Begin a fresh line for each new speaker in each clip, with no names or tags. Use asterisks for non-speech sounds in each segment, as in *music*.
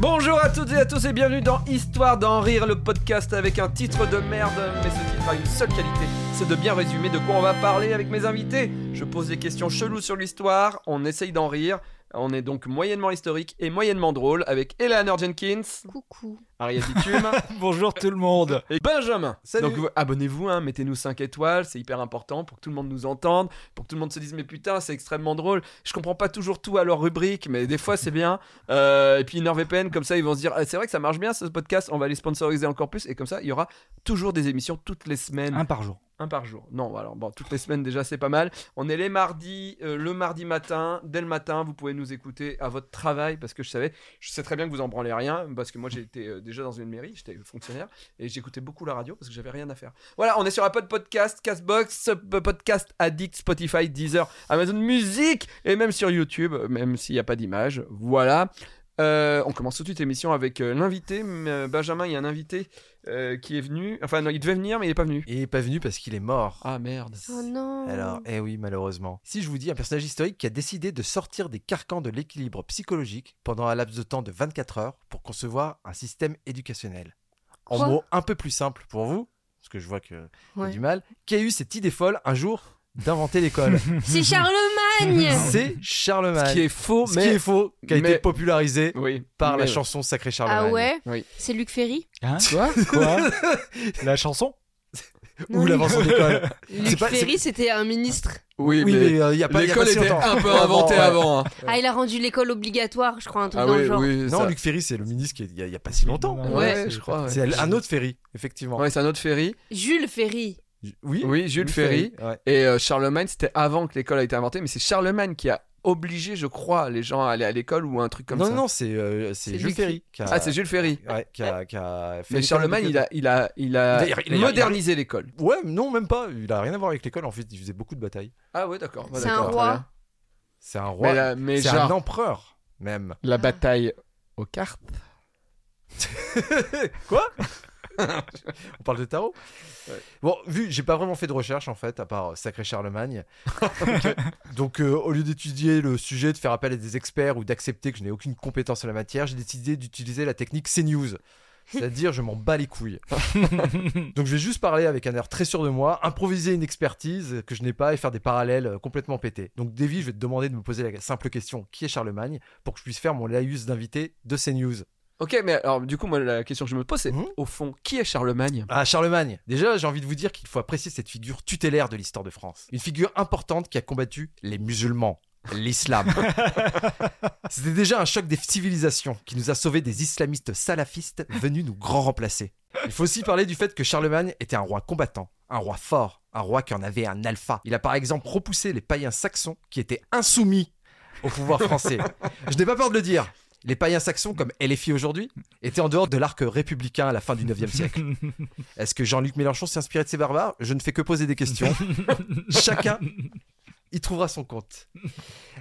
Bonjour à toutes et à tous et bienvenue dans Histoire d'en rire, le podcast avec un titre de merde, mais ce titre a une seule qualité, c'est de bien résumer de quoi on va parler avec mes invités. Je pose des questions cheloues sur l'histoire, on essaye d'en rire, on est donc moyennement historique et moyennement drôle avec Eleanor Jenkins,
Coucou.
Ariel Bitume
Bonjour tout le monde.
et Benjamin.
Salut.
Donc vous- abonnez-vous, hein, mettez-nous 5 étoiles, c'est hyper important pour que tout le monde nous entende, pour que tout le monde se dise mais putain c'est extrêmement drôle, je comprends pas toujours tout à leur rubrique, mais des fois c'est bien. Euh, et puis NordVPN, comme ça ils vont se dire Ah, c'est vrai que ça marche bien ce podcast, on va les sponsoriser encore plus, et comme ça il y aura toujours des émissions toutes les semaines.
Un par jour.
Un par jour. Non, alors bon, toutes les semaines déjà, c'est pas mal. On est les mardis, euh, le mardi matin, dès le matin, vous pouvez nous écouter à votre travail parce que je savais, je sais très bien que vous en branlez rien parce que moi j'étais euh, déjà dans une mairie, j'étais fonctionnaire et j'écoutais beaucoup la radio parce que j'avais rien à faire. Voilà, on est sur Apple Podcast, Castbox, Sub- Podcast Addict, Spotify, Deezer, Amazon Music et même sur YouTube, même s'il n'y a pas d'image. Voilà. Euh, on commence tout de suite l'émission avec euh, l'invité. M- euh, Benjamin, il y a un invité euh, qui est venu. Enfin, non, il devait venir, mais il n'est pas venu.
Il est pas venu parce qu'il est mort.
Ah merde.
Oh non.
Alors, eh oui, malheureusement. Si je vous dis un personnage historique qui a décidé de sortir des carcans de l'équilibre psychologique pendant un laps de temps de 24 heures pour concevoir un système éducationnel. En
Quoi
mots un peu plus simple pour vous, parce que je vois que y a
Ouais.
du mal, qui a eu cette idée folle un jour d'inventer
*laughs*
l'école.
C'est Charlemagne.
*laughs* C'est Charlemagne.
Ce qui est faux,
Ce qui
mais.
est faux, qui a
mais-
été popularisé
Oui.
par la
mais-
chanson Sacré Charlemagne.
Ah ouais
Oui.
C'est Luc Ferry
Hein Quoi Quoi La chanson
Ou l'invention de l'école.
*laughs* Luc
C'est pas- c'est-
Ferry, c'était un ministre.
Oui,
Oui,
mais.
mais euh, il y a pas il y a pas
L'école
si
était
longtemps.
un peu
Avant,
inventée
ouais.
avant. hein.
Ah, il a rendu l'école obligatoire, je crois, un truc
Ah
dans
oui,
le genre.
oui.
Non,
ça-
Luc Ferry, c'est le ministre qui est- il y a- il y a pas si longtemps.
Non,
Ouais,
Ouais.
je crois. ouais.
C'est un autre Ferry, effectivement.
Ouais, c'est un autre Ferry.
Jules Ferry.
Ju- Oui,
Oui, Jules Ferry.
ouais.
Et euh, Charlemagne, c'était avant que l'école a été inventée, mais c'est Charlemagne qui a obligé, je crois, les gens à aller à l'école ou un truc comme
non,
ça.
non, non, c'est euh, c'est
C'est
Jules
Luc-
Ferry. qui a-
Ah, c'est Jules Ferry.
ouais, qui a, qui a fait
Mais
l'école
Charlemagne, il
avec
a, il a, il a,
Il a- il a-
modernisé l'école.
l'école. Ouais, non, même pas. Il a rien à voir avec l'école. En fait, il faisait beaucoup de batailles.
Ah ouais, d'accord. Ouais,
C'est un
d'accord, très
roi.
bien.
C'est un
Mais,
roi.
la- mais
c'est
genre,
un empereur, même.
la bataille aux cartes.
*laughs* Quoi On parle de tarot Bon, vu, j'ai pas vraiment fait de recherche en fait, à part euh, Sacré Charlemagne. Donc, donc, euh, au lieu d'étudier le sujet, de faire appel à des experts ou d'accepter que je n'ai aucune compétence en la matière, j'ai décidé d'utiliser la technique CNews. C'est-à-dire, je m'en bats les couilles. Donc, je vais juste parler avec un air très sûr de moi, improviser une expertise que je n'ai pas et faire des parallèles euh, complètement pétés. Donc, Davy, je vais te demander de me poser la simple question qui est Charlemagne pour que je puisse faire mon laïus d'invité de CNews.
Ok, mais alors du coup, moi, la question que je me pose, c'est
Mhm.
au fond, qui est Charlemagne
Ah, Charlemagne. Déjà, j'ai envie de vous dire qu'il faut apprécier cette figure tutélaire de l'histoire de France. Une figure importante qui a combattu les musulmans, l'islam. C'était déjà un choc des civilisations qui nous a sauvés des islamistes salafistes venus nous grand remplacer. Il faut aussi parler du fait que Charlemagne était un roi combattant, un roi fort, un roi qui en avait un alpha. Il a par exemple repoussé les païens saxons qui étaient insoumis au pouvoir français. Je n'ai pas peur de le dire. Les païens saxons, comme LFI aujourd'hui, étaient en dehors de l'arc républicain à la fin du 9e siècle. Est-ce que Jean-Luc Mélenchon s'est inspiré de ces barbares Je ne fais que poser des questions. Chacun y trouvera son compte.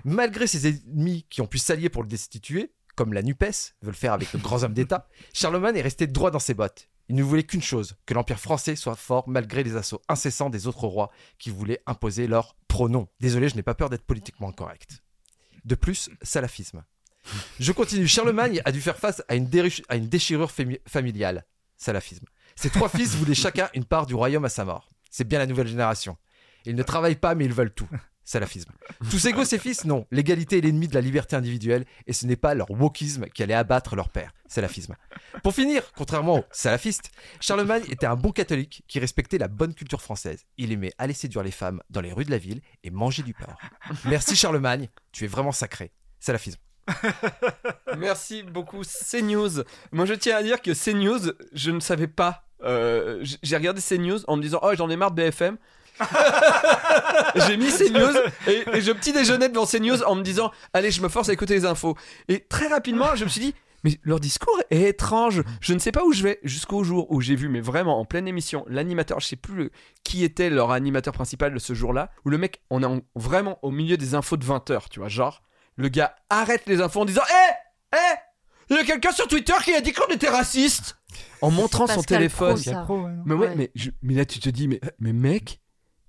Malgré ses ennemis qui ont pu s'allier pour le destituer, comme la NUPES veut le faire avec le grand homme d'État, Charlemagne est resté droit dans ses bottes. Il ne voulait qu'une chose, que l'Empire français soit fort malgré les assauts incessants des autres rois qui voulaient imposer leur pronom. Désolé, je n'ai pas peur d'être politiquement correct. De plus, salafisme. Je continue. Charlemagne a dû faire face à une, déru- à une déchirure fémi- familiale. Salafisme. Ses trois fils voulaient chacun une part du royaume à sa mort. C'est bien la nouvelle génération. Ils ne travaillent pas, mais ils veulent tout. Salafisme. Tous égaux, ses fils Non. L'égalité est l'ennemi de la liberté individuelle, et ce n'est pas leur wokisme qui allait abattre leur père. Salafisme. Pour finir, contrairement aux salafistes, Charlemagne était un bon catholique qui respectait la bonne culture française. Il aimait aller séduire les femmes dans les rues de la ville et manger du porc. Merci Charlemagne, tu es vraiment sacré. Salafisme.
Merci beaucoup CNews. Moi je tiens à dire que CNews, je ne savais pas. Euh, j- j'ai regardé CNews en me disant oh j'en ai marre de BFM. *laughs* J'ai mis CNews et, et je petit déjeunais devant CNews en me disant Allez, je me force à écouter les infos. Et très rapidement, je me suis dit Mais leur discours est étrange. Je ne sais pas où je vais. Jusqu'au jour où j'ai vu, mais vraiment en pleine émission, l'animateur, je sais plus le- qui était leur animateur principal de ce jour-là, où le mec, on est en- vraiment au milieu des infos de 20h, tu vois. Genre, le gars arrête les infos en disant Hé Hé Il y a quelqu'un sur Twitter qui a dit qu'on était raciste En montrant son
Pascal
téléphone.
Pro, ça.
Pro, ouais, non
Mais ouais,
Ouais.
Mais, je- mais là tu te dis, mais, mais mec,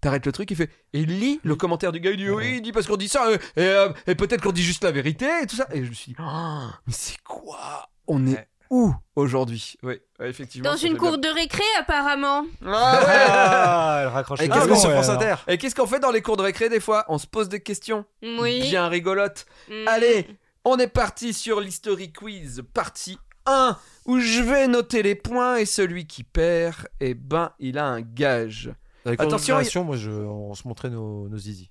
t'arrêtes le truc, il fait. Et il lit le commentaire du gars, il dit oui, il dit parce qu'on dit ça, euh, et, euh, et peut-être qu'on dit juste la vérité, et tout ça. Et je me suis dit, Oh, mais c'est quoi On est
Ouais.
où aujourd'hui Oui, ouais, effectivement.
Dans
ça
une
fait bien.
cour de récré, apparemment.
Ah
Ah, elle raccroche
Et
le
qu'est-ce
wagon,
qu'on se
elle,
France
alors.
Inter
ouais Et qu'est-ce qu'on fait dans les cours de récré des fois On se pose des questions
Oui.
bien rigolotes.
Mm.
Allez, on est parti sur l'History Quiz, partie 1, où je vais noter les points et celui qui perd, eh ben, il a un gage. Attention,
Attention, moi, je, on se montrait nos, nos zizi.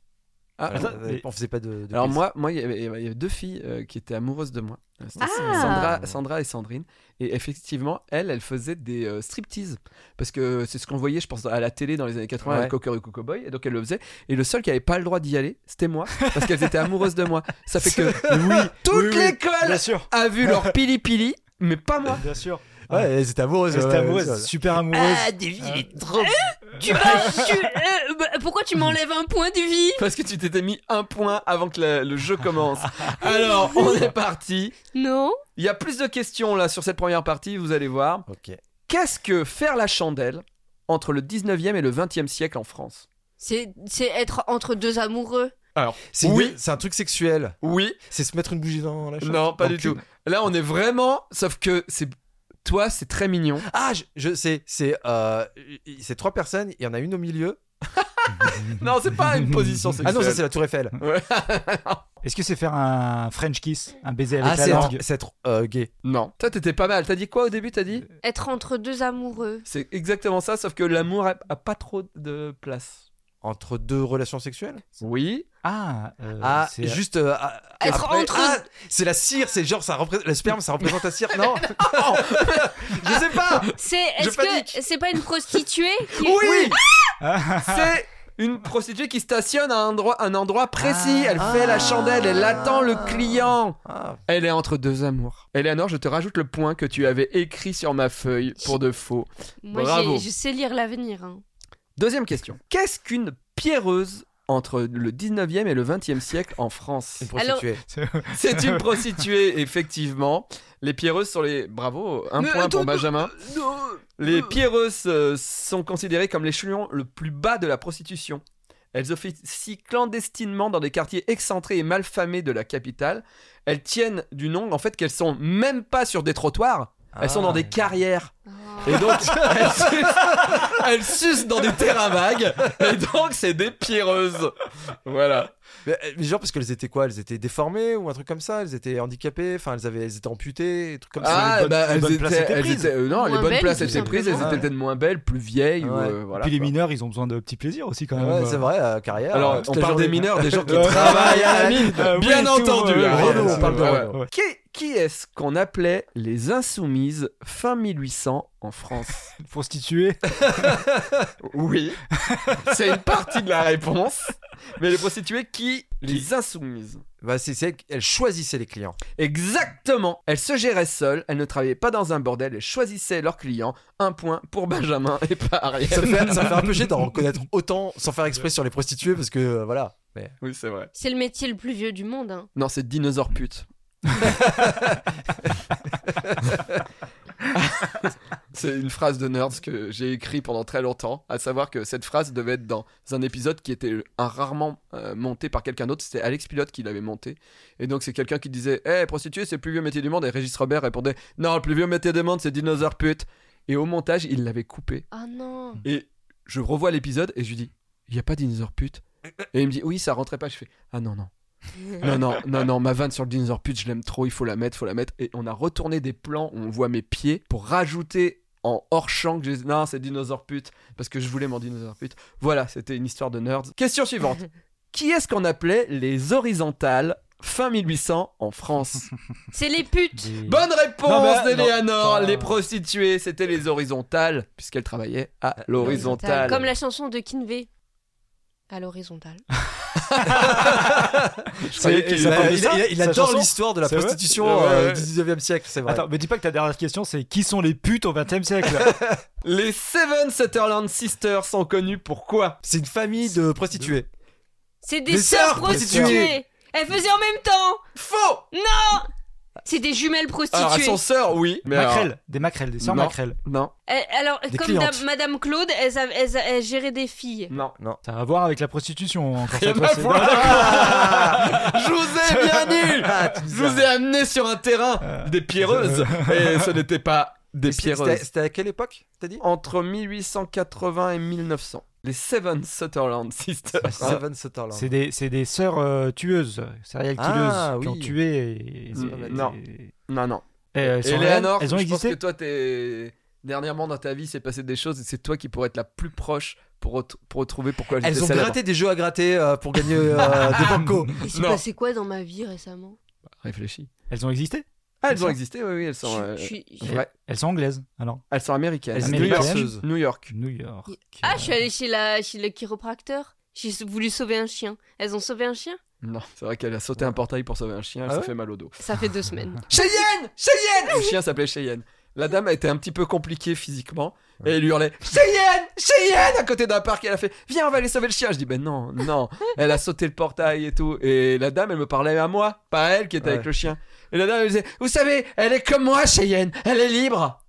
Ah,
Voilà,
attends,
on-
mais-
on faisait pas de. de
Alors
prise.
moi, moi, il y avait- il y avait il y avait deux filles euh, qui étaient amoureuses de moi. Euh, c'était
Ah.
Sandra, Sandra et Sandrine. Et effectivement, elles, elles faisaient des euh, striptease parce que c'est ce qu'on voyait, je pense, à la télé dans les années 80 avec
Ouais.
Cocorico Cowboy. Et donc elles le faisaient. Et le seul qui avait pas le droit d'y aller, c'était moi, parce qu'elles étaient amoureuses de moi. Ça fait que oui, toute
Oui, oui.
l'école
Bien sûr.
a vu leur pili pili, mais pas moi.
Bien sûr.
Ouais, elles étaient amoureuses.
C'était
ouais,
amoureuse,
ouais.
Ah,
super amoureuse.
Davy,
il
est trop.
Tu vas. tu- euh, bah, pourquoi tu m'enlèves un point du vie
Parce que tu t'étais mis un point avant que la- le jeu commence. Alors, on est parti.
Non.
Il y a plus de questions là sur cette première partie, vous allez voir.
Ok.
Qu'est-ce que faire la chandelle entre le 19e et le 20e siècle en France
C'est c'est être entre deux amoureux.
C'est
Oui.
oui. C'est un truc sexuel.
Oui,
C'est se mettre une bougie dans la chambre.
non, pas du tout. Là, on est vraiment. Sauf que c'est. Toi, c'est très mignon.
*laughs* Ah, je, je sais. C'est euh, c'est trois personnes. Il y en a une au milieu.
Non, c'est pas une position sexuelle.
Ah non, ça c'est la Tour Eiffel.
Est-ce que c'est faire un French kiss, un baiser avec
Ah,
la
c'est
langue
être, c'est Euh, être, euh, gay.
Non. Toi, t'étais pas mal. T'as dit quoi au début T'as dit
Être entre deux amoureux.
C'est exactement ça, sauf que l'amour a, a pas trop de place.
Entre deux relations sexuelles
Oui.
Ah, euh,
Ah,
c'est-
juste. euh, ah,
Être
après-
entre-
Ah, c'est la cire, c'est genre, ça représente. Le sperme, ça représente la cire. Non, Non. *laughs* Je sais pas
C'est
Je
est-ce que
panique.
c'est pas une prostituée qui-
Oui
Ah,
*laughs* C'est une prostituée qui stationne à un endroit, un endroit précis. elle fait la chandelle, elle attend le client.
Ah,
Elle est entre deux amours. Eleanor, je te rajoute le point que tu avais écrit sur ma feuille pour de faux.
Moi,
Bravo.
j'ai- je sais lire l'avenir. hein.
Deuxième question. Qu'est-ce qu'une pierreuse entre le 19e et le 20e siècle en France
Une
Alors-
prostituée.
C'est
*laughs*
une prostituée, effectivement. Les pierreuses sont les... Bravo, un
Mais
point
attends,
pour Benjamin. Les pierreuses euh, sont considérées comme l'échelon le plus bas de la prostitution. Elles officient clandestinement dans des quartiers excentrés et malfamés de la capitale. Elles tiennent du nom, en fait, qu'elles sont même pas sur des trottoirs. Elles
Ah.
sont
Ah.
dans des carrières. Et
*laughs*
donc, elles sucent, elles sucent dans des terrains vagues. Et donc, c'est des pierreuses. Voilà.
Mais, euh, mais genre parce qu'elles étaient quoi Elles étaient déformées ou un truc comme ça Elles étaient handicapées Enfin, elles, avaient, elles étaient amputées, des trucs comme ça.
Ah,
les bonnes-
bah,
les
elles
bonnes
étaient,
places étaient
elles
prises.
étaient- euh, non, les
Moins
bonnes
belles,
places
tout
étaient prises, elles
simplement.
étaient peut-être moins belles, plus vieilles, ou,
Ouais.
euh, voilà,
Puis les
quoi.
mineurs, ils ont besoin de petits plaisirs aussi quand même.
Ouais, c'est vrai, euh, carrière.
Alors,
euh,
on
toute la
parle des
journée.
mineurs, des gens qui
Ouais.
travaillent à la mine,
Euh, oui,
bien
tout,
entendu.
euh,
hein.
Renault,
Ouais,
on parle de
ouais.
Renault, ouais.
Qui, qui est-ce qu'on appelait les insoumises fin 1800 en France
euh,
*laughs*
Prostituée.
Oui, *laughs* c'est une partie de la réponse. Mais les prostituées qui Les insoumises.
Bah, c'est- c'est qu'elles choisissaient les clients.
Exactement. Elles se géraient seules, elles ne travaillaient pas dans un bordel, elles choisissaient leurs clients. Un point pour Benjamin et pas
Ça me
Ariel.
fait, ça me fait un peu chier *laughs* d'en reconnaître autant sans faire exprès sur les prostituées parce que euh, voilà. Mais
Oui, c'est vrai.
C'est le métier le plus vieux du monde. hein.
Non, c'est dinosaure pute. c'est une phrase de Nerds que j'ai écrit pendant très longtemps, à savoir que cette phrase devait être dans un épisode qui était un rarement euh, monté par quelqu'un d'autre, c'était Alex Pilote qui l'avait monté. Et donc c'est quelqu'un qui disait "Eh, prostituée, c'est le plus vieux métier du monde" et Régis Robert répondait "Non, le plus vieux métier du monde, c'est dinosaure pute." Et au montage, il l'avait coupé.
Ah non.
Et je revois l'épisode et je lui dis "Il y a pas dinosaure pute." Et il me dit "Oui, ça rentrait pas." Je fais "Ah non non." Non, non, non, non, ma vanne sur le dinosaure pute, je l'aime trop, il faut la mettre, faut la mettre. Et on a retourné des plans où on voit mes pieds pour rajouter en hors champ que j'ai dit non, c'est dinosaure pute, parce que je voulais mon dinosaure pute. Voilà, c'était une histoire de nerd. Question suivante. Qui est-ce qu'on appelait les horizontales fin 1800 en France
*laughs* C'est les putes.
Bonne réponse
Non, mais-
d'Eleanor
non.
Les prostituées, c'était les horizontales, puisqu'elles travaillaient à l'horizontale.
Comme la chanson de Kinvey. à l'horizontale.
croyais qu'il
il, a-
avait
il-
ça,
il- il
sa
adore
chanson.
l'histoire de la
C'est vrai
prostitution
Ouais,
euh,
ouais.
du 19e siècle, c'est vrai.
Attends, mais dis pas que ta dernière question c'est qui sont les putes au 20 e siècle
Les Seven Sutherland Sisters sont connues pour quoi
C'est une famille de *laughs* prostituées.
C'est des,
Des
sœurs
sœurs prostituées.
prostituées. Elles faisaient en même temps.
Faux
C'est des
Alors,
jumelles
elles
prostituées.
sont sœurs, oui. *laughs* Mais
Macrel, des macrelles, des sœurs
Non.
macrelles.
alors- Non,
Elles- Alors,
Des
comme
clientes.
dame- Madame Claude, elles, avaient- elles- elles géraient des filles.
non.
Ça a à voir avec la prostitution hein, encore
Rien
cette fois,
à
c'est-
voir. *laughs* Je vous ai bien dit
Ah, tu
Je
nous as-
vous ai amené sur un
Euh,
terrain des *laughs* pierreuses et ce n'était pas des
C'était-
pierreuses.
c'était- C'était à quelle époque, t'as dit
Entre 1880 et 1900, les Seven Sutherland
Ah,
Sisters.
Seven Sutherland.
Ah, C'est des, c'est des sœurs euh, tueuses, serial killeuses,
Ah,
qui
oui.
ont tué. Et, et-
Mm,
et-
non.
et-
Non, non.
et Euh, elles, sont
Eleanor,
réelles, elles ont
je pense que
existé.
toi, t'es... dernièrement dans ta vie, s'est passé des choses et c'est toi qui pourrais être la plus proche pour, ret- pour retrouver pourquoi j'étais
Elles ont
célèbre.
gratté des jeux à gratter euh, pour gagner *laughs* euh, des bancos.
Il s'est
Non.
passé quoi dans ma vie récemment
Réfléchis.
Elles ont existé
Ah,
Elles
elles ont
sont-
existé, oui, oui, elles sont. euh,
Je suis- je suis-
vraies.
Elles sont anglaises, alors.
Elles sont américaines.
Elles sont
New York.
américaines.
New York.
New York.
Ah, je suis allée chez, la... chez le chiropracteur. J'ai voulu sauver un chien. Elles ont sauvé un chien
Non, c'est vrai qu'elle a sauté un portail pour sauver un chien, elle
Ah
s'est
ouais
fait mal au dos.
Ça fait deux semaines.
Cheyenne Cheyenne Le chien s'appelait Cheyenne. La dame a été un petit peu compliquée physiquement et elle hurlait Cheyenne Cheyenne à côté d'un parc. Elle a fait Viens, on va aller sauver le chien. Je dis Ben non, non. Elle a sauté le portail et tout. Et la dame, elle me parlait à moi, pas à elle qui était avec
Ouais.
le chien. Et la dame, elle disait Vous savez, elle est comme moi, Cheyenne. Elle est libre.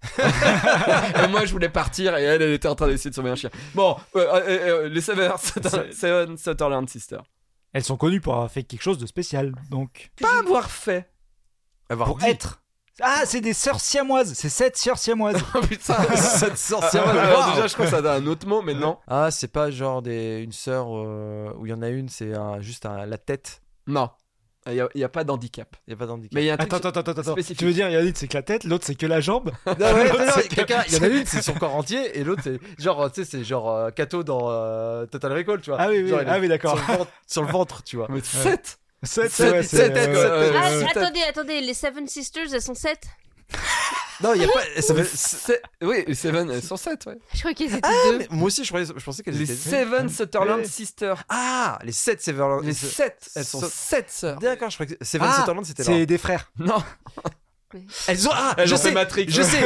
et moi, je voulais partir et elle, elle était en train d'essayer de sauver un chien. Bon, euh, euh, euh, les Seven Sutherland- Seven Sutherland Sisters.
Elles sont connues pour avoir fait quelque chose de spécial, donc.
Pas avoir fait.
Avoir
Pour
dit. *laughs*
être. Ah, c'est des sœurs siamoises. C'est sept sœurs siamoises.
Oh putain.
Cette sorcière.
Alors,
Wow.
Ah, déjà, je crois que ça a un autre mot, mais non.
Ah, c'est pas genre des, une sœur euh, où il y en a une, c'est un- juste un- la tête.
Non. Il n'y a, pas d'handicap.
Il n'y a pas d'handicap.
Mais il y a un truc.
Attends, attends, attends, attends.
spécifique.
Tu veux dire, il y en a une, c'est que la tête, l'autre, c'est que la jambe.
*laughs* Non, ouais, non, non,
C'est-
quelqu'un- il y en a une, c'est son corps entier, et l'autre, c'est genre, tu sais, c'est genre euh, Kato dans euh, Total Recall, tu vois.
Ah oui, oui,
Genre, il est
ah oui, d'accord.
Sur, le ventre- sur le
*laughs*
ventre, tu vois.
Mais 7
Sept,
Sept-
ouais,
sept
Euh, c'est-
têtes,
ouais,
quoi.
ouais,
Ah,
ouais, ouais.
attendez, attendez, les Seven Sisters, elles sont sept
Non, il y a pas. ça veut-
Oui, Seven, elles sont 7, ouais.
Je crois qu'elles étaient
Ah,
deux.
mais moi aussi, je, croyais- je pensais qu'elles
Les
étaient.
Seven Sutherland
Ouais.
Sisters.
Ah, les 7 Severland.
Les 7, elles sont
so-
7 *laughs* sœurs.
D'accord, je croyais que Seven
Ah,
Sutherland, c'était là.
C'est des frères.
Non,
Elles ont. Ah,
elles
je
ont
sais,
fait Matrix.
Je sais,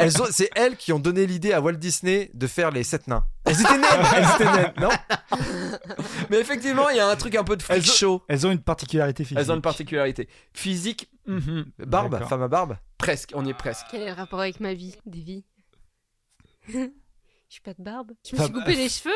elles ont, c'est elles qui ont donné l'idée à Walt Disney de faire les 7 nains. Elles étaient naines, elles étaient naines, non
Mais effectivement, il y a un truc un peu de freak
Elles ont-
show.
Elles ont une particularité physique.
Elles ont une particularité. Physique, mhm,
Barbe,
D'accord.
femme à barbe.
presque, on y est presque.
Quel est le rapport avec ma vie Des vies. *laughs* Je suis pas de barbe. Je me
Femme-
suis coupé les cheveux.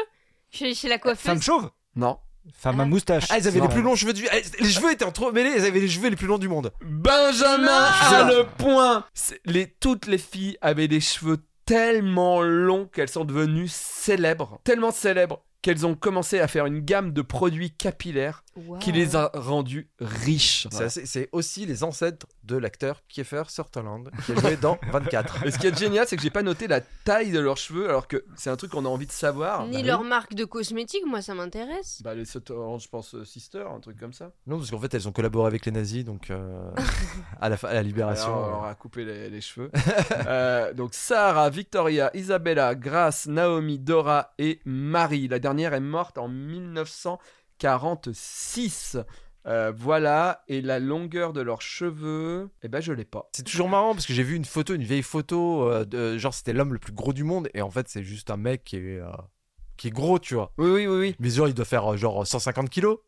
Je suis allée chez la
Femme
coiffeuse.
chauve.
Non.
Femme à
Ah.
moustache.
Ah, elles avaient
Non.
les plus longs cheveux du. elles- Les cheveux étaient entremêlés, elles avaient les cheveux les plus longs du monde.
Benjamin a le point C'est- les, Toutes les filles avaient des cheveux tellement longs qu'elles sont devenues célèbres. Tellement célèbres qu'elles ont commencé à faire une gamme de produits capillaires
Wow.
qui les a rendues riches.
C'est assez- C'est aussi les ancêtres de l'acteur Kiefer Sutherland qui a joué dans 24.
Et ce qui est génial, c'est que j'ai pas noté la taille de leurs cheveux, alors que c'est un truc qu'on a envie de savoir.
Ni leur marque de cosmétiques, moi ça m'intéresse.
Bah, les Sutherland, je pense, euh, Sister, un truc comme ça.
Non, parce qu'en fait, elles ont collaboré avec les nazis, donc euh, à, la, fin- à la libération.
Alors, on
euh,
leur a coupé les, les cheveux. *laughs* Euh, donc, Sarah, Victoria, Isabella, Grace, Naomi, Dora et Marie. La dernière est morte en 1946. Euh, voilà, et la longueur de leurs cheveux, eh ben je l'ai pas.
C'est toujours marrant parce que j'ai vu une photo, une vieille photo, euh, de, genre c'était l'homme le plus gros du monde, et en fait, c'est juste un mec qui est, euh, qui est gros, tu vois.
Oui, oui, oui, oui.
Mais genre, il doit faire euh, genre 150 kilos.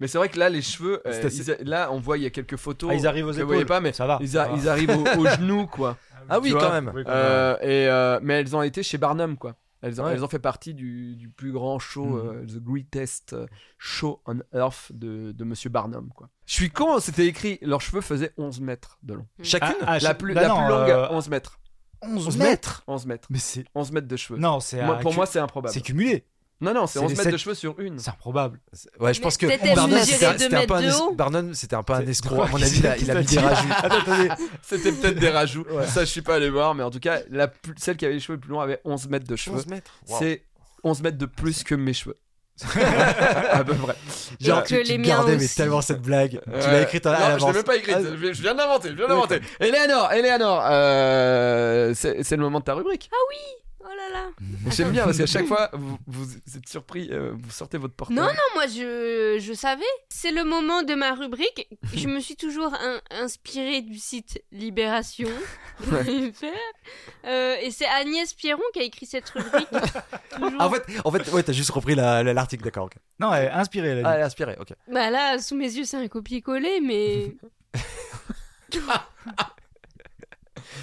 Mais c'est vrai que là, les cheveux, euh,
C'est assez-
ils a- là, on voit, il y a quelques photos.
Ah, ils arrivent aux
que
épaules.
vous voyez pas, mais
ça va.
Ils,
ça
a-
va.
ils arrivent au- aux genoux,
*laughs*
quoi.
Ah oui,
Tu
quand
vois,
même.
Euh, et, euh, mais elles ont été chez Barnum, quoi. Elles ont,
Ouais.
elles ont fait partie du, du plus grand show,
Mhm.
euh, The Greatest Show on Earth de, de Monsieur Barnum, quoi. Je suis con, c'était écrit, leurs cheveux faisaient 11 mètres de long.
Ah,
Chacune
ah,
la
je-
plus,
bah
la
non,
plus longue,
euh,
11 mètres.
11
11 mètres.
Mais c'est.
11 mètres de cheveux.
Non, c'est.
Moi-
à-
pour
cu-
moi, c'est improbable.
c'est cumulé.
Non, non, c'est
c'est
11
les
mètres de
sept-
cheveux sur
*laughs*
une.
C'est improbable.
Ouais, je
Mais
pense que
c'était
Barnum,
mesuré
c'était un-
deux
c'était un peu un es-
mètres de haut.
Barnum, c'était un peu un
C'est-
escroc. À mon
Qui
avis, il a,
c'est
il
qui
a mis
t'a
des
dit
rajouts.
Attends, attendez.
C'était peut-être des rajouts. Ça, je suis pas allé voir, mais en tout cas, la plus- celle qui avait les cheveux les plus longs avait 11 mètres de cheveux.
11 mètres.
C'est 11 mètres de plus que mes
*laughs*
cheveux. *laughs* à peu près.
Genre,
tu,
que
tu
les miens
gardais mais
aussi.
tellement cette blague. Tu l'as
Ouais.
écrite à, à
Non, je l'ai
l'avance.
même pas écrite.
Ah,
Je, je viens de l'inventer. Je viens de l'inventer. Eleanor, Eleanor, euh, c'est c'est le moment de ta rubrique.
Oh là là.
J'aime bien parce qu'à chaque fois, vous, vous êtes surpris, euh, vous sortez votre portable.
Non, non, moi je, je savais. C'est le moment de ma rubrique. Je me suis toujours in- inspirée du site Libération. Euh, et c'est Agnès Pierron qui a écrit cette rubrique. Toujours.
Ah, en fait, en fait ouais, t'as juste repris la- la- l'article, d'accord. ok.
Non, elle est inspirée, elle a dit.
Ah, elle est inspirée, ok.
Bah là, sous mes yeux, c'est un copier-coller, mais.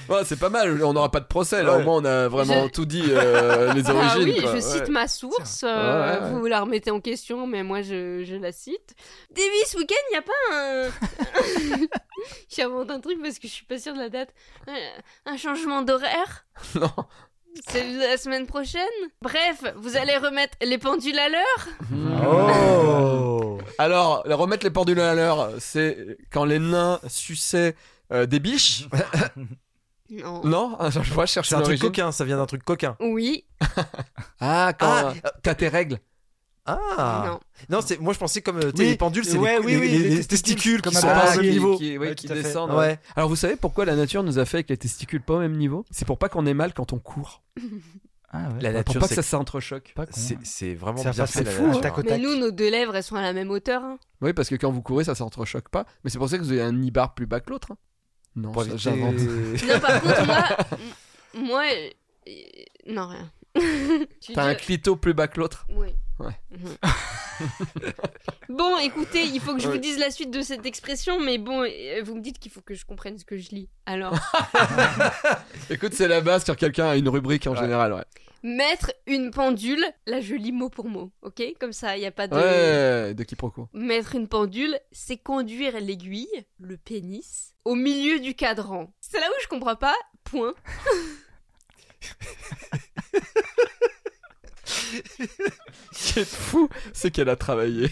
Ouais, c'est pas mal, on n'aura pas de procès. Là,
Ouais.
au moins, on a vraiment
Je-
tout dit, euh, les
ah
origines.
oui,
quoi,
je
ouais.
cite ma source. euh,
Ouais, ouais, ouais.
Vous la remettez en question, mais moi je, je la cite. Davis Weekend, il n'y a pas un. *laughs* J'invente un truc parce que je suis pas sûre de la date. Euh, Un changement d'horaire
Non.
C'est la semaine prochaine Bref, vous allez remettre les pendules à l'heure
Ah. Oh
Alors, le remettre les pendules à l'heure, c'est quand les nains suçaient euh, des biches.
Non.
non *laughs* Ah, Je vois, je cherche
C'est un truc
l'origine.
coquin, ça vient d'un truc coquin.
Oui.
Ah, quand
Ah,
euh, t'as tes règles.
Ah
Non.
Non, c'est, moi je pensais comme euh, tu sais,
Oui.
les pendules, c'est
Ouais,
les,
oui,
les-
oui,
les-
les
les
testicules
testicules qui
comme
sont
un
pas au
ballon. qui-
même niveau.
qui- ouais,
Ouais,
qui
tout à fait.
descendent. ouais.
Ouais.
Alors, vous savez pourquoi la nature nous a fait avec les testicules pas au même niveau C'est pour pas qu'on ait mal quand on court.
Ah ouais.
La
Bah, pour
nature,
pas que
c'est,
ça s'entrechoque.
Pas con.
c'est, c'est vraiment
C'est
bien
un
fait. la
fou,
nature.
hein, tac au
Mais
tac.
nous, nos deux lèvres, elles sont à la même hauteur. hein.
Oui, parce que quand vous courez, ça s'entrechoque pas. Mais c'est pour ça que vous avez un nibar plus bas que l'autre. hein. Non,
Pour
ça,
éviter-
j'invente.
Non, par contre, moi. *laughs* m- Moi. euh, euh, Non, rien. *laughs* Tu
T'as un
dis-
clito plus bas que l'autre.
Oui.
Ouais.
Mhm. *laughs* bon, écoutez, il faut que je vous dise la suite de cette expression, mais bon, euh, vous me dites qu'il faut que je comprenne ce que je lis. Alors,
Écoute, c'est la base sur quelqu'un a une rubrique en
Ouais.
général, ouais.
mettre une pendule, là je lis mot pour mot, ok Comme ça, il n'y a pas de.
Ouais, de *laughs* quiproquo.
Mettre une pendule, c'est conduire l'aiguille, le pénis, au milieu du cadran. C'est là où je comprends pas. Point.
Ce qui est fou, c'est qu'elle a travaillé.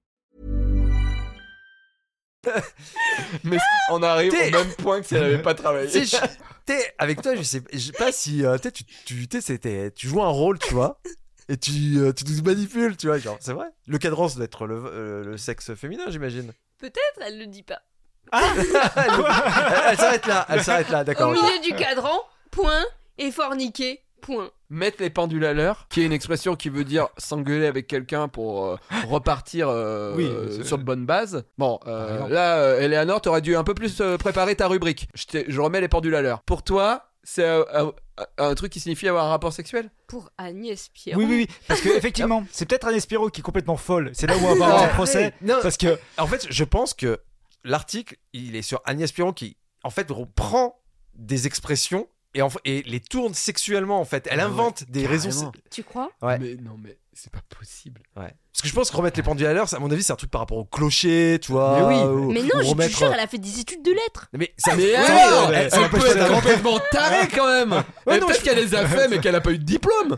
Mais on arrive
T'es-
au même point que si elle avait pas
Tu
travaillé.
sais, je- t'es- avec toi, je sais je sais pas si euh, t'es- tu, tu, t'es- c'était- tu joues un rôle, tu vois, et tu, euh, tu nous manipules, tu vois, genre, c'est vrai. Le cadran, ça doit être le, euh, le sexe féminin, j'imagine.
Peut-être, elle le dit pas.
Ah
*laughs* elle, elle s'arrête là, elle s'arrête là,
Au
d'accord. ok.
milieu du cadran, point. Et forniquer, point.
Mettre les pendules à l'heure, qui est une expression qui veut dire s'engueuler avec quelqu'un pour euh, repartir euh,
Oui,
euh,
c'est-
sur de bonnes bases. Bon, euh,
Par exemple.
là, euh, Eleanor, t'aurais dû un peu plus euh, préparer ta rubrique. Je, t'ai- je remets les pendules à l'heure. Pour toi, c'est euh, euh, un truc qui signifie avoir un rapport sexuel
Pour Agnès Pierre.
Oui, oui, oui. Parce que effectivement, c'est peut-être un Espiro qui est complètement folle. C'est là où on va avoir un procès.
Non,
Parce que
En fait, je pense que l'article, il est sur Agnès Piron qui, en fait, reprend des expressions et, en- et les tourne sexuellement, en fait. Elle
Ah ouais,
invente des
carrément.
raisons. se-
Tu crois
Ouais.
Mais non, mais c'est pas possible.
Ouais. Parce que je pense que remettre les pendules à l'heure, ça, à mon avis, c'est un truc par rapport au clocher, tu vois.
Mais oui.
ou-
Mais non,
ou
je te
remettre- euh,
jure, elle a fait des études de lettres.
Mais ça
Mais
ça-
alors,
ouais,
elle
ça
peut
m'empêche pas
être
d'inventer.
complètement tarée quand même.
Ouais,
Et
non,
peut-être
je-
qu'elle les a fait, mais qu'elle a pas eu de diplôme.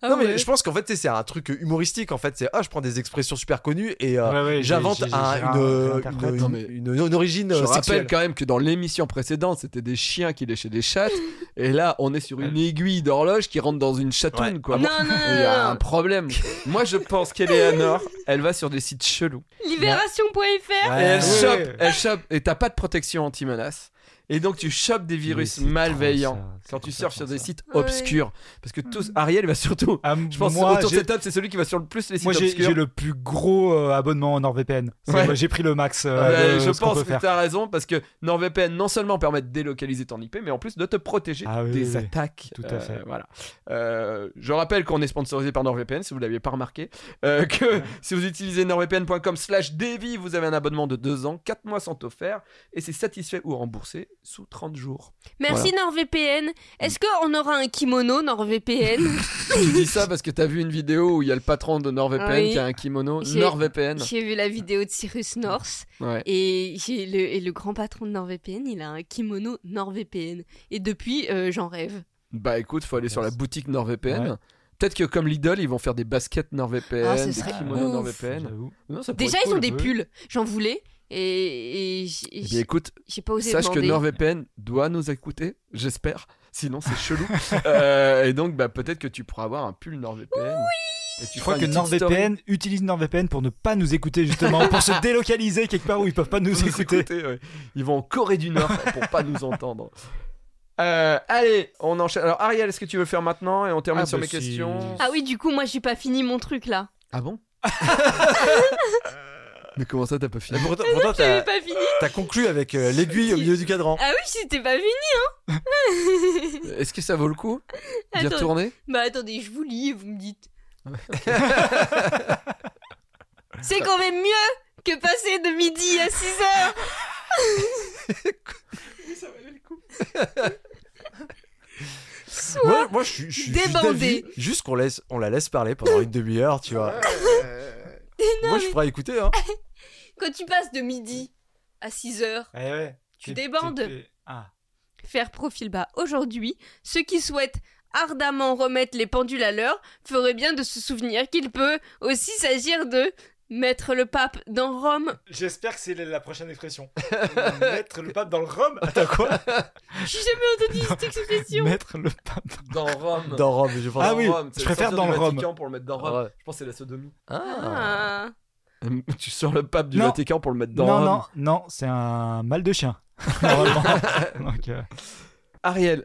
Ah
Non, mais
ouais.
je pense qu'en fait, tu sais, c'est un truc humoristique, en fait. C'est, ah, je prends des expressions super connues et euh,
Ouais, ouais, j'ai-
j'invente
j'ai- j'ai-
un-
j'ai
une,
réinterprète.
une-
Non, mais-
une- une origine
Je
euh,
rappelle
sexuelle.
quand même que dans l'émission précédente, c'était des chiens qui léchaient des
*laughs*
chattes. et là, on est sur une aiguille d'horloge qui rentre dans une chatoune,
Ouais.
quoi.
Non, non, non,
Bah, *laughs* Il y a
non,
un
*laughs*
non.
problème. Moi, je pense qu'Eleanor, elle va sur des sites chelous.
Libération.fr.
Ah
Et elle
Ouais.
chope, elle chope. Et t'as pas de protection anti-menace. Et donc, tu chopes des virus
Oui, c'est
malveillants
trop ça, c'est
quand tu
complètement
surfes sur des
ça. Hmm.
sites
Ouais.
obscurs. Parce que tous, Ariel va surtout.
ah,
Je pense
moi,
autour de
j'ai-
cette table, c'est celui qui va sur le plus les sites
moi, j'ai
obscurs.
j'ai le plus gros euh, abonnement en NordVPN. C'est-
Ouais.
moi, J'ai pris le max. euh,
Ouais,
de
je
ce qu'on
pense
peut
que
faire.
tu as raison parce que NordVPN non seulement permet de délocaliser ton IP, mais en plus de te protéger
Ah oui,
des
oui, oui.
attaques.
Tout à
Euh,
fait.
Voilà. Euh, je rappelle qu'on est sponsorisé par NordVPN, si vous l'aviez pas remarqué, euh, *laughs* que si vous utilisez nordvpn.com/devi, vous avez un abonnement de 2 ans, 4 mois sont offerts et c'est satisfait ou remboursé sous 30 jours.
Merci NordVPN. Est-ce qu'on aura un kimono
*laughs*
NordVPN
tu dis ça parce que t'as vu une vidéo où il y a le patron de NordVPN
Oui.
qui a un kimono.
J'ai-
NordVPN.
J'ai vu la vidéo de Cyrus North
Ouais.
et, j'ai le, et le grand patron de NordVPN, il a un kimono NordVPN. Et depuis, euh, j'en rêve.
Bah écoute, faut aller sur la boutique NordVPN.
Ouais.
Peut-être que comme Lidl, ils vont faire des baskets NordVPN,
Ah, ce
des
serait
kimonos
ouf.
NordVPN.
J'avoue.
Non, ça pourrait
Déjà,
être
ils
cool.
ont des
oui.
pulls. J'en voulais et, et j- et
Eh bien
j-
écoute,
j'ai pas osé
Sache que
demander.
NordVPN doit nous écouter, j'espère. Sinon, c'est chelou. *laughs* Euh, et donc, bah, peut-être que tu pourras avoir un pull NordVPN. Oui. Et tu
Je crois
feras
que
une petite story.
NordVPN utilise NordVPN pour ne pas nous écouter justement, pour *laughs* se délocaliser quelque part où ils peuvent pas nous
Nous
écouter.
écouter, ouais. Ils vont en Corée du Nord pour pas nous entendre. Euh, allez, on enchaîne. Alors, Ariel, est-ce que tu veux le faire maintenant et on termine
Ah,
sur
bah,
mes
si.
questions
Ah oui, du coup, moi, j'ai pas fini mon truc là.
Ah bon *laughs* Mais comment ça, t'as pas fini
Pourtant, pourtant,
J'avais
Euh.
t'as
pas fini.
t'as conclu avec euh, l'aiguille au milieu du cadran.
Ah oui, c'était pas
*laughs*
fini, hein
Est-ce que ça vaut le coup d'y
Attends.
retourner
Bah attendez, je vous lis et vous me dites. C'est quand même mieux que passer de midi à 6 heures. Ah,
Moi, moi, je suis- je suis je suis
Débandé.
d'avis, Juste qu'on laisse, on la laisse parler pendant une demi-heure, tu vois. Moi, je
mais-
pourrais écouter. Hein.
Quand tu passes de midi à 6 heures,
Eh ouais.
Tu
T'es-
débandes.
t'es- Ah.
faire profil bas aujourd'hui, ceux qui souhaitent ardemment remettre les pendules à l'heure feraient bien de se souvenir qu'il peut aussi s'agir de mettre le pape dans Rome.
J'espère que c'est la prochaine *laughs* expression. Mettre le pape dans le rhum. Attends *laughs* quoi
J'ai jamais entendu cette expression.
Mettre le pape. dans-
Dans Rome.
Dans Rome, je pense.
Ah oui, je préfère dans le Rome.
Vatican pour le mettre dans Rome.
Ouais.
Je pense que c'est la sodomie.
Ah.
*laughs* tu sors le pape du
Non.
Vatican pour le mettre dans
non,
Rome.
non, non, c'est un mal de *laughs* chien. Normalement. Donc, euh,
*laughs*
Ariel.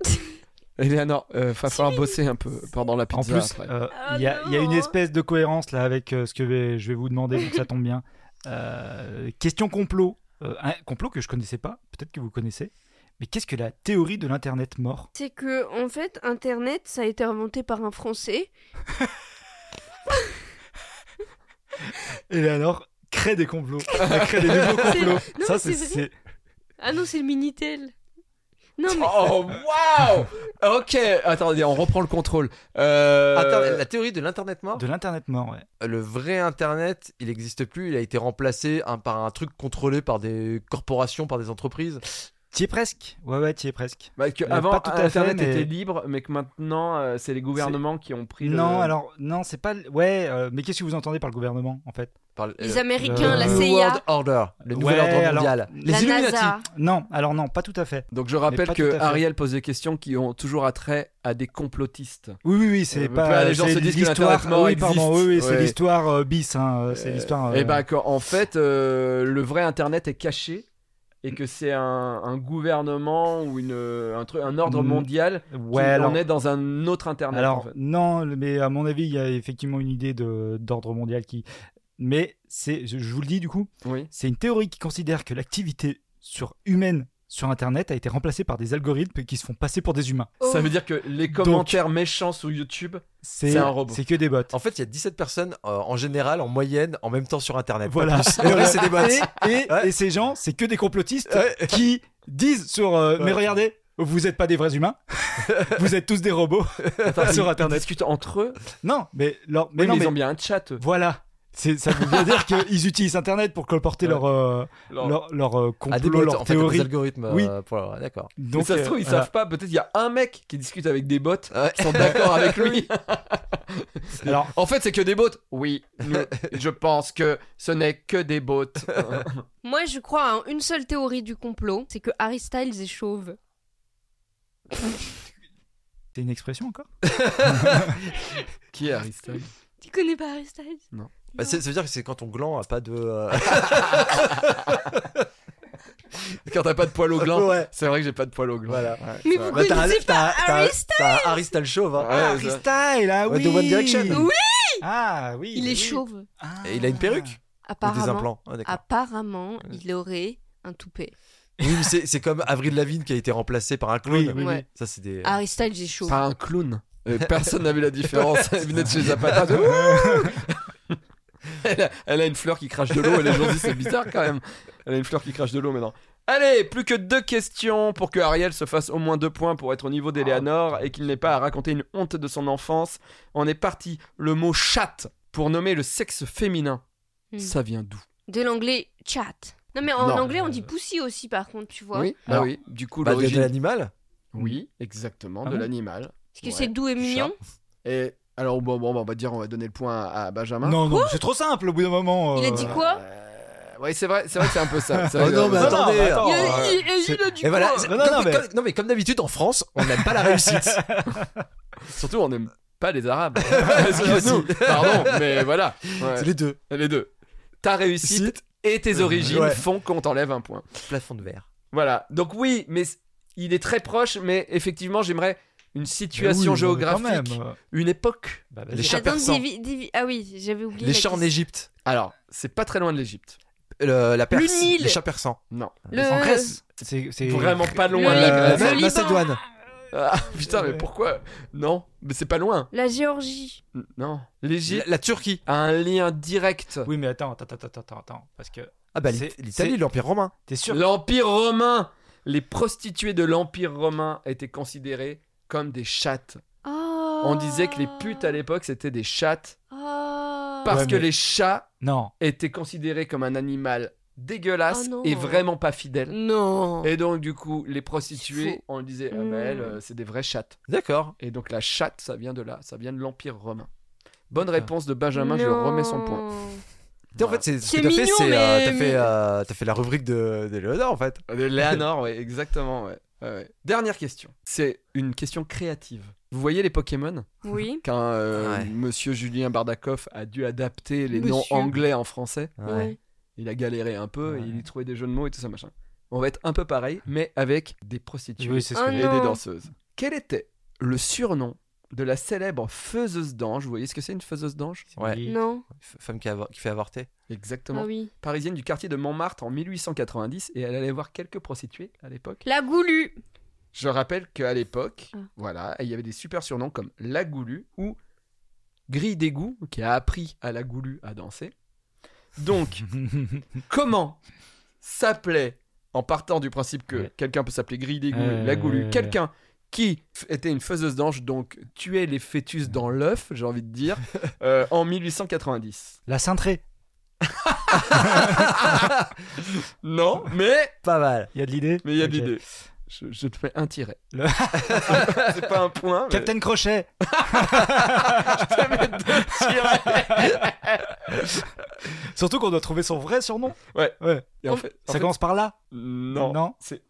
Eh Eleanor, il euh, va falloir bosser un peu pendant la pizza.
en plus,
après.
euh,
Ah
il y, a- il y a une
non.
espèce de cohérence là avec euh, ce que vais- je vais vous demander, donc ça tombe bien. Euh, question complot. Euh, un complot que je connaissais pas, peut-être que vous connaissez. Mais qu'est-ce que la théorie de l'internet mort
C'est que, en fait, Internet, ça a été inventé par un Français.
Et alors, crée des
*laughs*
complots. Elle crée des nouveaux complots.
C'est- non,
ça,
c'est
c'est.
vrai. Ah non, c'est le Minitel. Non, mais.
Oh, waouh Ok, attendez, on reprend le contrôle. Euh,
Attends, la théorie de l'internet
c'est
mort.
De l'internet mort, ouais.
Le vrai internet, il n'existe plus. Il a été remplacé hein, par un truc contrôlé par des corporations, par des entreprises.
T'y es presque. Ouais, ouais, t'y es presque.
bah, que
Euh,
avant,
pas tout à fait,
Internet
mais-
était libre, mais que maintenant, euh, c'est les gouvernements qui ont
Euh.
pris le...
Non, alors, non, c'est pas. Ouais, euh, mais qu'est-ce que vous entendez par le gouvernement, en fait
Par le-
Les
le-
Américains,
euh,
la
New World
CIA,
Order, le nouvel
Ouais,
ordre
alors-
mondial.
la
Les Illuminati.
NASA.
Non, alors non, pas tout à fait.
Donc je
Mais
rappelle
pas tout
que
à fait.
Ariel pose des questions qui ont toujours attrait à des complotistes.
Oui, oui, oui, c'est
Euh,
pas.
bah, les gens
c'est
se disent que
l'histoire.
l'Internet mort
oui, pardon,
existe.
oui, oui, c'est
Ouais.
l'histoire euh, bis, hein, euh, c'est l'histoire.
Et
euh,
ben qu'en- en fait, euh, le vrai Internet est caché et que c'est un, un gouvernement ou une, un, truc, un ordre
Mm.
mondial. qui-
ouais, alors,
On est dans un autre Internet.
hein. alors,
en fait.
non, mais à mon avis, il y a effectivement une idée de- d'ordre mondial qui. Mais c'est, je, je vous le dis du coup,
Oui.
c'est une théorie qui considère que l'activité sur humaine sur Internet a été remplacée par des algorithmes qui se font passer pour des humains.
Oh.
Ça veut dire que les commentaires méchants sur
*laughs*
YouTube, C'est un robot.
C'est que des bots.
En fait, il y a 17 personnes euh, en général, en moyenne, en même temps sur Internet.
Voilà.
Et le reste, c'est des bots.
Et, et-
Ouais.
et ces gens, c'est que des complotistes
Ouais.
qui disent sur. euh,
Ouais.
Mais regardez, vous n'êtes pas des vrais *laughs* humains, vous êtes tous des robots
Attends, ils-
sur
ils
Internet.
discutent entre eux.
Non, mais, leur- mais
Mais,
non,
ils
mais
ont bien un chat. eux.
voilà. C'est- Ça veut bien dire qu'ils utilisent Internet pour colporter
Ouais.
leur, euh,
Alors,
leur, leur, euh, complot,
À des bots,
leur
en fait, à
théorie.
des algorithmes. euh,
Oui.
pour leur- D'accord.
Donc,
mais ça se
euh,
trouve, ils
voilà.
savent pas. Peut-être il y a un mec qui discute avec des
*laughs*
bots
Euh,
qui sont d'accord avec lui.
Alors,
En fait, c'est que des bots. Oui,
*laughs*
nous- je pense que ce n'est que des bots.
Moi, je crois en une seule théorie du complot, c'est que Harry Styles est chauve.
c'est une expression encore
qui est Aristote
Tu connais pas Harry Styles
Bah, *laughs* c'est- ça veut dire que c'est quand on gland a pas de. euh, *laughs*
Quand t'as pas de poil au gland.
Ouais.
C'est vrai que j'ai pas de poil au gland.
Voilà.
Mais
ça va.
vous
Bah, t'as un-
connaissez pas
t'as- t'as-
Harry
T'as Harry Styles chauve. hein.
Ouais,
Harry
ça-
Style, ah
Ouais,
oui
de One Direction.
Oui
Ah oui
Il est
oui.
chauve.
Ah.
Et il a une perruque ou des
Apparemment,
implants. Ah, d'accord.
apparemment il aurait un toupet.
Oui, mais c'est c'est comme Avril Lavigne qui a été remplacée par un
Oui,
clone.
oui, oui.
Ouais.
Ça, c'est des.
Harry Styles est chauve.
Pas un clown. Euh, Personne n'a *laughs* vu la différence. Elle venait de *laughs* chez Zapata. de- elle, a, elle a une fleur qui crache de l'eau et les gens disent c'est bizarre quand même. Elle a une fleur qui crache de l'eau maintenant. Allez, plus que deux questions pour que Ariel se fasse au moins deux points pour être au niveau d'Eleanor et qu'il n'ait pas à raconter une honte de son enfance. On est parti. Le mot chatte pour nommer le sexe féminin,
Hmm.
ça vient d'où
De l'anglais chat. Non, mais en
Non,
anglais, on
euh,
dit pussy aussi, par contre, tu vois.
Oui, bah
Alors,
oui. Du coup,
Bah, de, de
l'origine.
l'animal
Oui, exactement,
Ah
de
bon
l'animal.
Parce que c'est doux et mignon.
Et alors, bon, bon, bah, on va dire, on va donner le point à, à Benjamin.
Non, non, c'est trop simple au bout d'un moment.
Il a
euh,
dit quoi
Euh, ouais, c'est vrai, c'est vrai que c'est un peu
*laughs*
ça. C'est
Oh
vrai que-
non, mais
non,
attendez.
mais attends,
Il
euh,
a- il- il-
c'est-
il a dit
Et voilà,
quoi
c'est-
Non, non,
comme,
mais-
comme- non, mais comme d'habitude en France, on
*laughs*
n'aime pas la réussite.
Surtout, on n'aime pas les
*laughs*
Arabes. Excuse-nous. Pardon, mais voilà. Ouais,
C'est les deux.
les deux. Ta réussite et tes origines
Ouais.
font qu'on t'enlève un point.
Plafond de verre.
Voilà. Donc oui, mais c- il est très proche, mais effectivement, j'aimerais une
Eh oui,
situation
mais
géographique,
Quand même.
une époque.
Bah, vas-y.
Les chats
Attends,
persans.
dévi- dévi- Ah oui, j'avais oublié.
Les
la
chats en
question.
Égypte.
Alors, c'est pas très loin de l'Égypte.
Le- la Perse.
Le Nil.
Les chats persans.
Non.
Le-
En Grèce.
C'est c'est-
Vraiment pas
Le
loin de
Liban.
la
Euh,
Le
Grèce.
Ma-
Liban.
Macédoine.
Ah, putain, mais
Ouais.
pourquoi Non, mais c'est pas loin.
La Géorgie.
N- Non.
La,
L'Égypte
la Turquie.
a un lien direct.
Oui, mais attends, attends, attends, attends, attends, parce que
Ah bah l'I-
C'est-
l'Italie,
c'est-
l'Empire romain.
t'es sûr.
L'Empire romain. Les prostituées de l'Empire romain étaient considérées comme des chattes.
Oh.
On disait que les putes à l'époque c'était des chattes
Oh. Ah.
parce
Ouais,
que
mais-
les chats
Non.
était considéré comme un animal dégueulasse
Oh non.
et vraiment pas fidèle.
Non.
Et donc, du coup, les
C'est
prostituées,
faux.
on le disait, ah, mais elles,
Hmm.
euh, c'est des vraies chattes.
D'accord.
Et donc, la chatte, ça vient de là, ça vient de l'Empire romain. Bonne réponse de Benjamin, je
Non.
remets son point.
En fait, c'est ce
C'est
que t'as fait,
mignon,
c'est euh,
mais-
t'as fait, euh, t'as fait la rubrique de, de Léonard en fait.
Euh, De Léanor, ouais, exactement, ouais. Ouais, ouais. Dernière question. C'est une question créative. Vous voyez les Pokémon
Oui.
Quand euh,
Ouais.
monsieur Julien Bardakoff a dû adapter les noms
Monsieur.
anglais en français.
Ouais.
Il a galéré un peu,
Ouais.
il y trouvait des jeux de mots et tout ça machin. On va être un peu pareil, mais avec des prostituées
Oui, c'est ce
Ah
que
et des
j'ai-
non.
danseuses. Quel était le surnom de la célèbre faiseuse d'ange Vous voyez ce que c'est une faiseuse d'ange
Ouais.
Oui.
Non.
F- Femme qui, avo- qui fait avorter.
Exactement.
Ah oui.
Parisienne du quartier de Montmartre en 1890 et elle allait voir quelques prostituées à l'époque.
La goulue.
Je rappelle qu'à l'époque,
Ah.
voilà, il y avait des super surnoms comme la goulue ou grille d'égout qui a appris à la goulue à danser. Donc, *laughs* comment s'appelait, en partant du principe que
Ouais.
quelqu'un peut s'appeler Grille d'égout, la
Ouais, ouais,
goulue,
ouais,
quelqu'un qui f- était une faiseuse d'ange, donc tuait les fœtus dans l'œuf, j'ai envie de *laughs* dire, euh, en 1890.
*laughs* La cintrée.
Non, mais
Pas mal.
Il y a de l'idée.
mais il y a de
Ok.
l'idée. Je, je te fais un *laughs* tiret.
Le-
C'est pas un point. mais-
Captain Crochet.
*laughs* Ça met deux tirets.
Surtout qu'on doit trouver son vrai surnom.
Ouais.
Ouais.
Et en fait, en
Ça
fait,
commence par là.
non,
Non.
c'est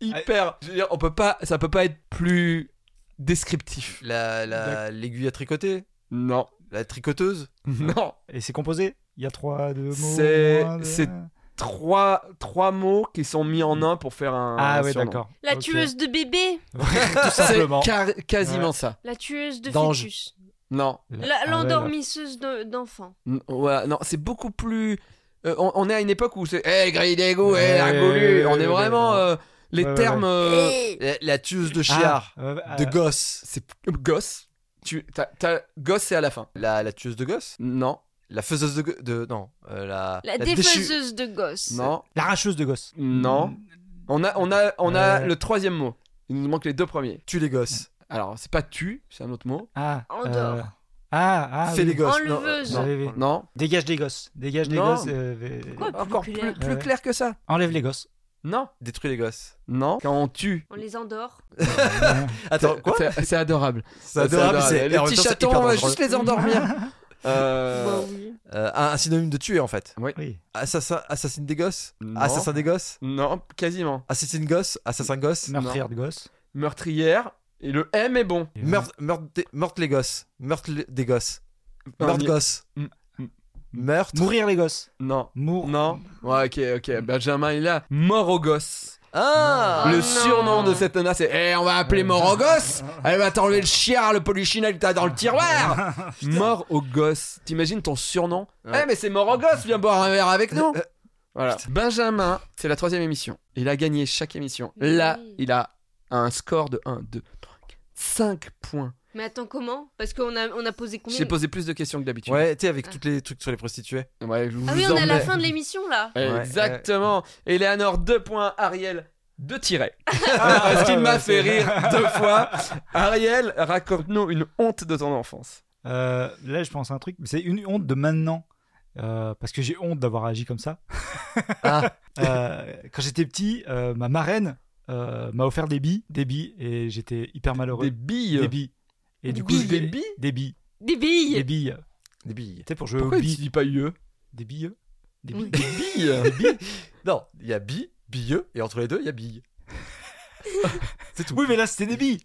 hyper. Je veux dire, on peut pas, ça peut pas être plus descriptif.
La- la- L'aiguille à tricoter.
Non,
La tricoteuse.
*laughs* non.
Et c'est composé. Il y a trois deux mots.
C'est-
moins de-
c'est- trois, trois mots qui sont mis en un pour faire un.
Ah
un
ouais,
surnom.
d'accord.
La
Ok. *laughs*
tueuse de bébé.
Tout
C'est
simplement.
car- quasiment ça.
La tueuse de
D'ange.
fœtus.
Non,
La-
Ah ouais,
L'endormisseuse de- d'enfants.
n- ouais, non, c'est beaucoup plus. euh, on, on est à une époque où c'est. Eh, grille d'égout, eh,
Ouais,
la
ouais,
goulue.
ouais,
On
ouais,
est vraiment.
ouais, ouais.
euh, les
Ouais, ouais,
termes. euh,
Eh.
La, la tueuse de
là.
chiard.
Ah, euh,
de
euh,
gosse.
c'est gosse. Tu, t'as- t'as- gosse, c'est à la fin.
La, la tueuse de gosse.
Non,
La faiseuse de. go- de non. euh, la.
La
déchu-
défaiseuse de gosses.
non,
L'arracheuse de gosse.
non. On a, on a, on a
Euh.
le troisième mot. Il nous manque les deux premiers.
Tue les gosses.
Alors, c'est pas tu, c'est un autre mot.
Ah.
Endort.
euh, Ah, ah.
Fais
oui.
les gosses. Non,
Enleveuse.
non.
J'avais-
Non,
Dégage des gosses. Dégage des
Non.
gosses. euh, euh,
Quoi Plus
encore
clair.
plus, plus
Ouais.
clair que ça.
Enlève
*laughs*
les gosses.
Non,
Détruis les gosses.
non. Quand on tue.
On les endort.
Attends, quoi
C'est c'est adorable.
C'est adorable.
c'est
c'est-
Les
et en même
petits
temps, c'est
chatons,
hyper
euh,
on va
dangereux.
juste les
*laughs*
endormir. Euh,
Bah oui.
Euh, un, un synonyme de tuer en fait.
Oui.
Assassin, assassine des gosses.
Non.
Assassin des gosses.
Non, quasiment.
Assassine gosse. Assassin gosse.
Meurtrière de gosse.
Meurtrière. Et le M est bon.
Meurtre, meurtre, des- meurtre les gosses. Meurtre les- des gosses.
On
Meurtre
y-
gosse.
Mm. Mm.
Meurtre.
Mourir les gosses.
Non.
Mour.
Non. Ouais, ok, ok. Benjamin, il a mort au gosse.
Ah
le
non.
surnom de cette nana, c'est Eh, on va appeler mort au gosse Elle va t'enlever le chiard, le polichinelle que t'as dans le
*laughs*
tiroir Mort au gosse. T'imagines ton surnom
Ouais. Euh,
Eh, mais c'est mort au gosse, viens boire un verre avec nous Voilà. Benjamin, c'est la troisième émission. Il a gagné chaque émission. Là,
Oui.
il a un score de 1, 2, 3, 4, 5 points.
Mais attends, comment Parce qu'on a, on a posé combien
J'ai posé plus de questions que d'habitude.
Ouais, tu sais, avec tous les trucs sur les prostituées.
Ouais, je vous
Ah oui, on est à la
emmène.
fin de l'émission là.
Ouais,
Exactement. Eleanor, deux points. Ariel, deux
*laughs*
tirets. Parce qu'il m'a
Ah, ouais,
fait
c'est-
rire deux fois. Ariel, raconte-nous une honte de ton enfance.
Euh, là, je pense à un truc. mais C'est une honte de maintenant. Euh, parce que j'ai honte d'avoir agi comme ça.
Ah.
*laughs* Euh, quand j'étais petit, euh, ma marraine euh, m'a offert des billes, des billes, et j'étais hyper malheureux.
Des billes.
Des billes. Et du coup,
Billes.
je-
Des billes
Des billes.
Des
Des
billes
billes.
Des billes.
Tu sais, pour jouer
Pourquoi
aux
tu
billes.
dis pas UE
Des billes. Des
Oui.
*laughs*
billes.
Des billes.
Non, il y a billes, billeux, et entre les deux, il y a billes. C'est tout.
Oui, mais là, c'était des billes.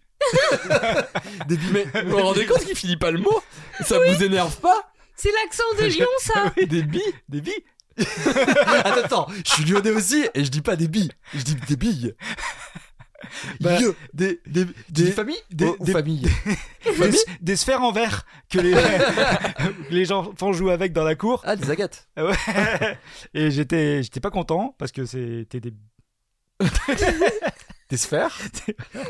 Des billes.
Mais vous vous rendez compte qu'il finit pas le mot Ça vous énerve pas
C'est l'accent de
*laughs*
Lyon ça
Des billes
Des billes.
*laughs* attends, attends, je suis lyonnais aussi, et je dis pas des billes, je dis des billes.
Bah,
Yeux, des, des, des,
familles
des,
oh, des-
familles.
Des, des sphères en verre que les, *laughs* que les gens font jouer avec dans la cour.
Ah, des agates.
Ah ouais. *laughs* Et j'étais, j'étais pas content parce que c'était des.
*laughs* Des sphères.
*laughs*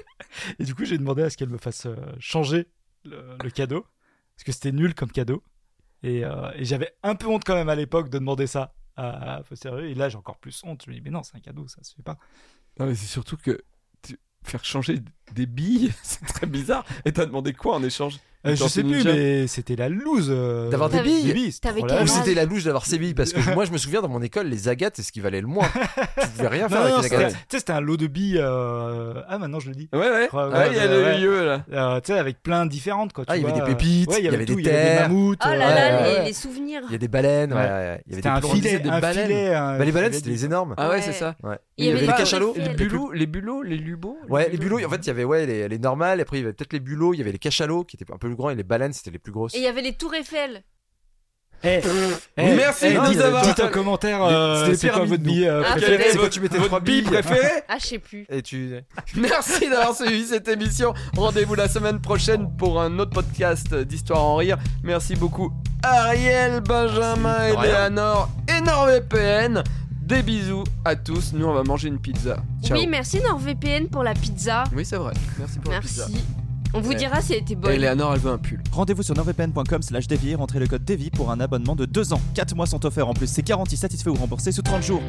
Et du coup, j'ai demandé à ce qu'elle me fasse euh, changer le, le cadeau parce que c'était nul comme cadeau. Et, euh, et j'avais un peu honte quand même à l'époque de demander ça. À, à posteriori. Et là, j'ai encore plus honte. Je me dis, mais non, c'est un cadeau, ça se fait pas.
Non, mais c'est surtout que tu- faire changer des billes, *laughs* c'est très bizarre. Et t'as demandé quoi en échange
Euh,
Une
je
tortue
sais plus,
ninja
mais c'était la loose. euh, Oh
D'avoir des billes.
c'était
T'avais
trop
quel
la
Ou
loose.
âge
c'était la louche d'avoir ces billes, parce que moi, je me souviens dans mon école, les agates, c'est ce qui valait le moins. Tu pouvais rien faire
Non, non,
avec une
c'était-
agate.
tu sais, c'était un lot de billes. euh, Ah, maintenant je le dis.
Ouais, ouais.
Ouais, ouais,
Ah, il y a
ouais,
le
ouais.
UE là.
Euh, tu sais, avec plein différentes. Quoi, tu
Ah, il y avait
vois,
des
euh,
pépites,
ouais,
il y avait
tout,
des
il y avait des
terres.
mammouths.
Oh là
euh,
là,
ouais,
les,
ouais.
les souvenirs.
Il y a des baleines, ouais.
Ouais.
ouais, Il y avait
C'était
des
un
plans-
filet,
des
un
baleines.
filet. euh, un-
Bah, les baleines,
filet
c'était
de-
les énormes.
Ah ouais,
Ouais.
c'est ça.
Ouais.
Il y avait euh,
les
la
cachalots,
tour
Les
Eiffel.
bulots, les bulots, les lubots.
Ouais, les bulots, en fait, il y avait ouais, les, les normales, et après, il y avait peut-être les bulots, il y avait les cachalots qui étaient un peu plus grands, et les baleines, c'était les plus grosses.
Et il y avait les tours Eiffel.
Eh,
eh, Merci eh, de nous
dites,
avoir-
dites en commentaire
Les-
euh,
c'était les
c'est quoi
pyramides,
votre
nous.
bille euh,
Ah,
préférée.
quelle est
C'est quoi, tu mettais
Votre
trois
billes
billes *laughs*
préférée
Ah, je sais plus.
Et tu.
Merci d'avoir suivi cette émission. Rendez-vous la semaine prochaine pour un autre podcast d'Histoire en rire. Merci beaucoup Ariel, Benjamin,
Merci, de rien.
Eleanor et NordVPN. Des bisous à tous. Nous, on va manger une pizza. Ciao.
Oui, merci NordVPN pour la pizza.
Oui, c'est vrai. Merci pour la
Merci.
pizza.
On vous
Ouais.
dira si elle était
Et
bonne.
Eleanor, elle veut un pull.
Rendez-vous sur nordvpn.com slash dévier, rentrez le code dévi pour un abonnement de 2 ans. 4 mois sont offerts en plus, c'est garanti, satisfait ou remboursé sous 30 jours.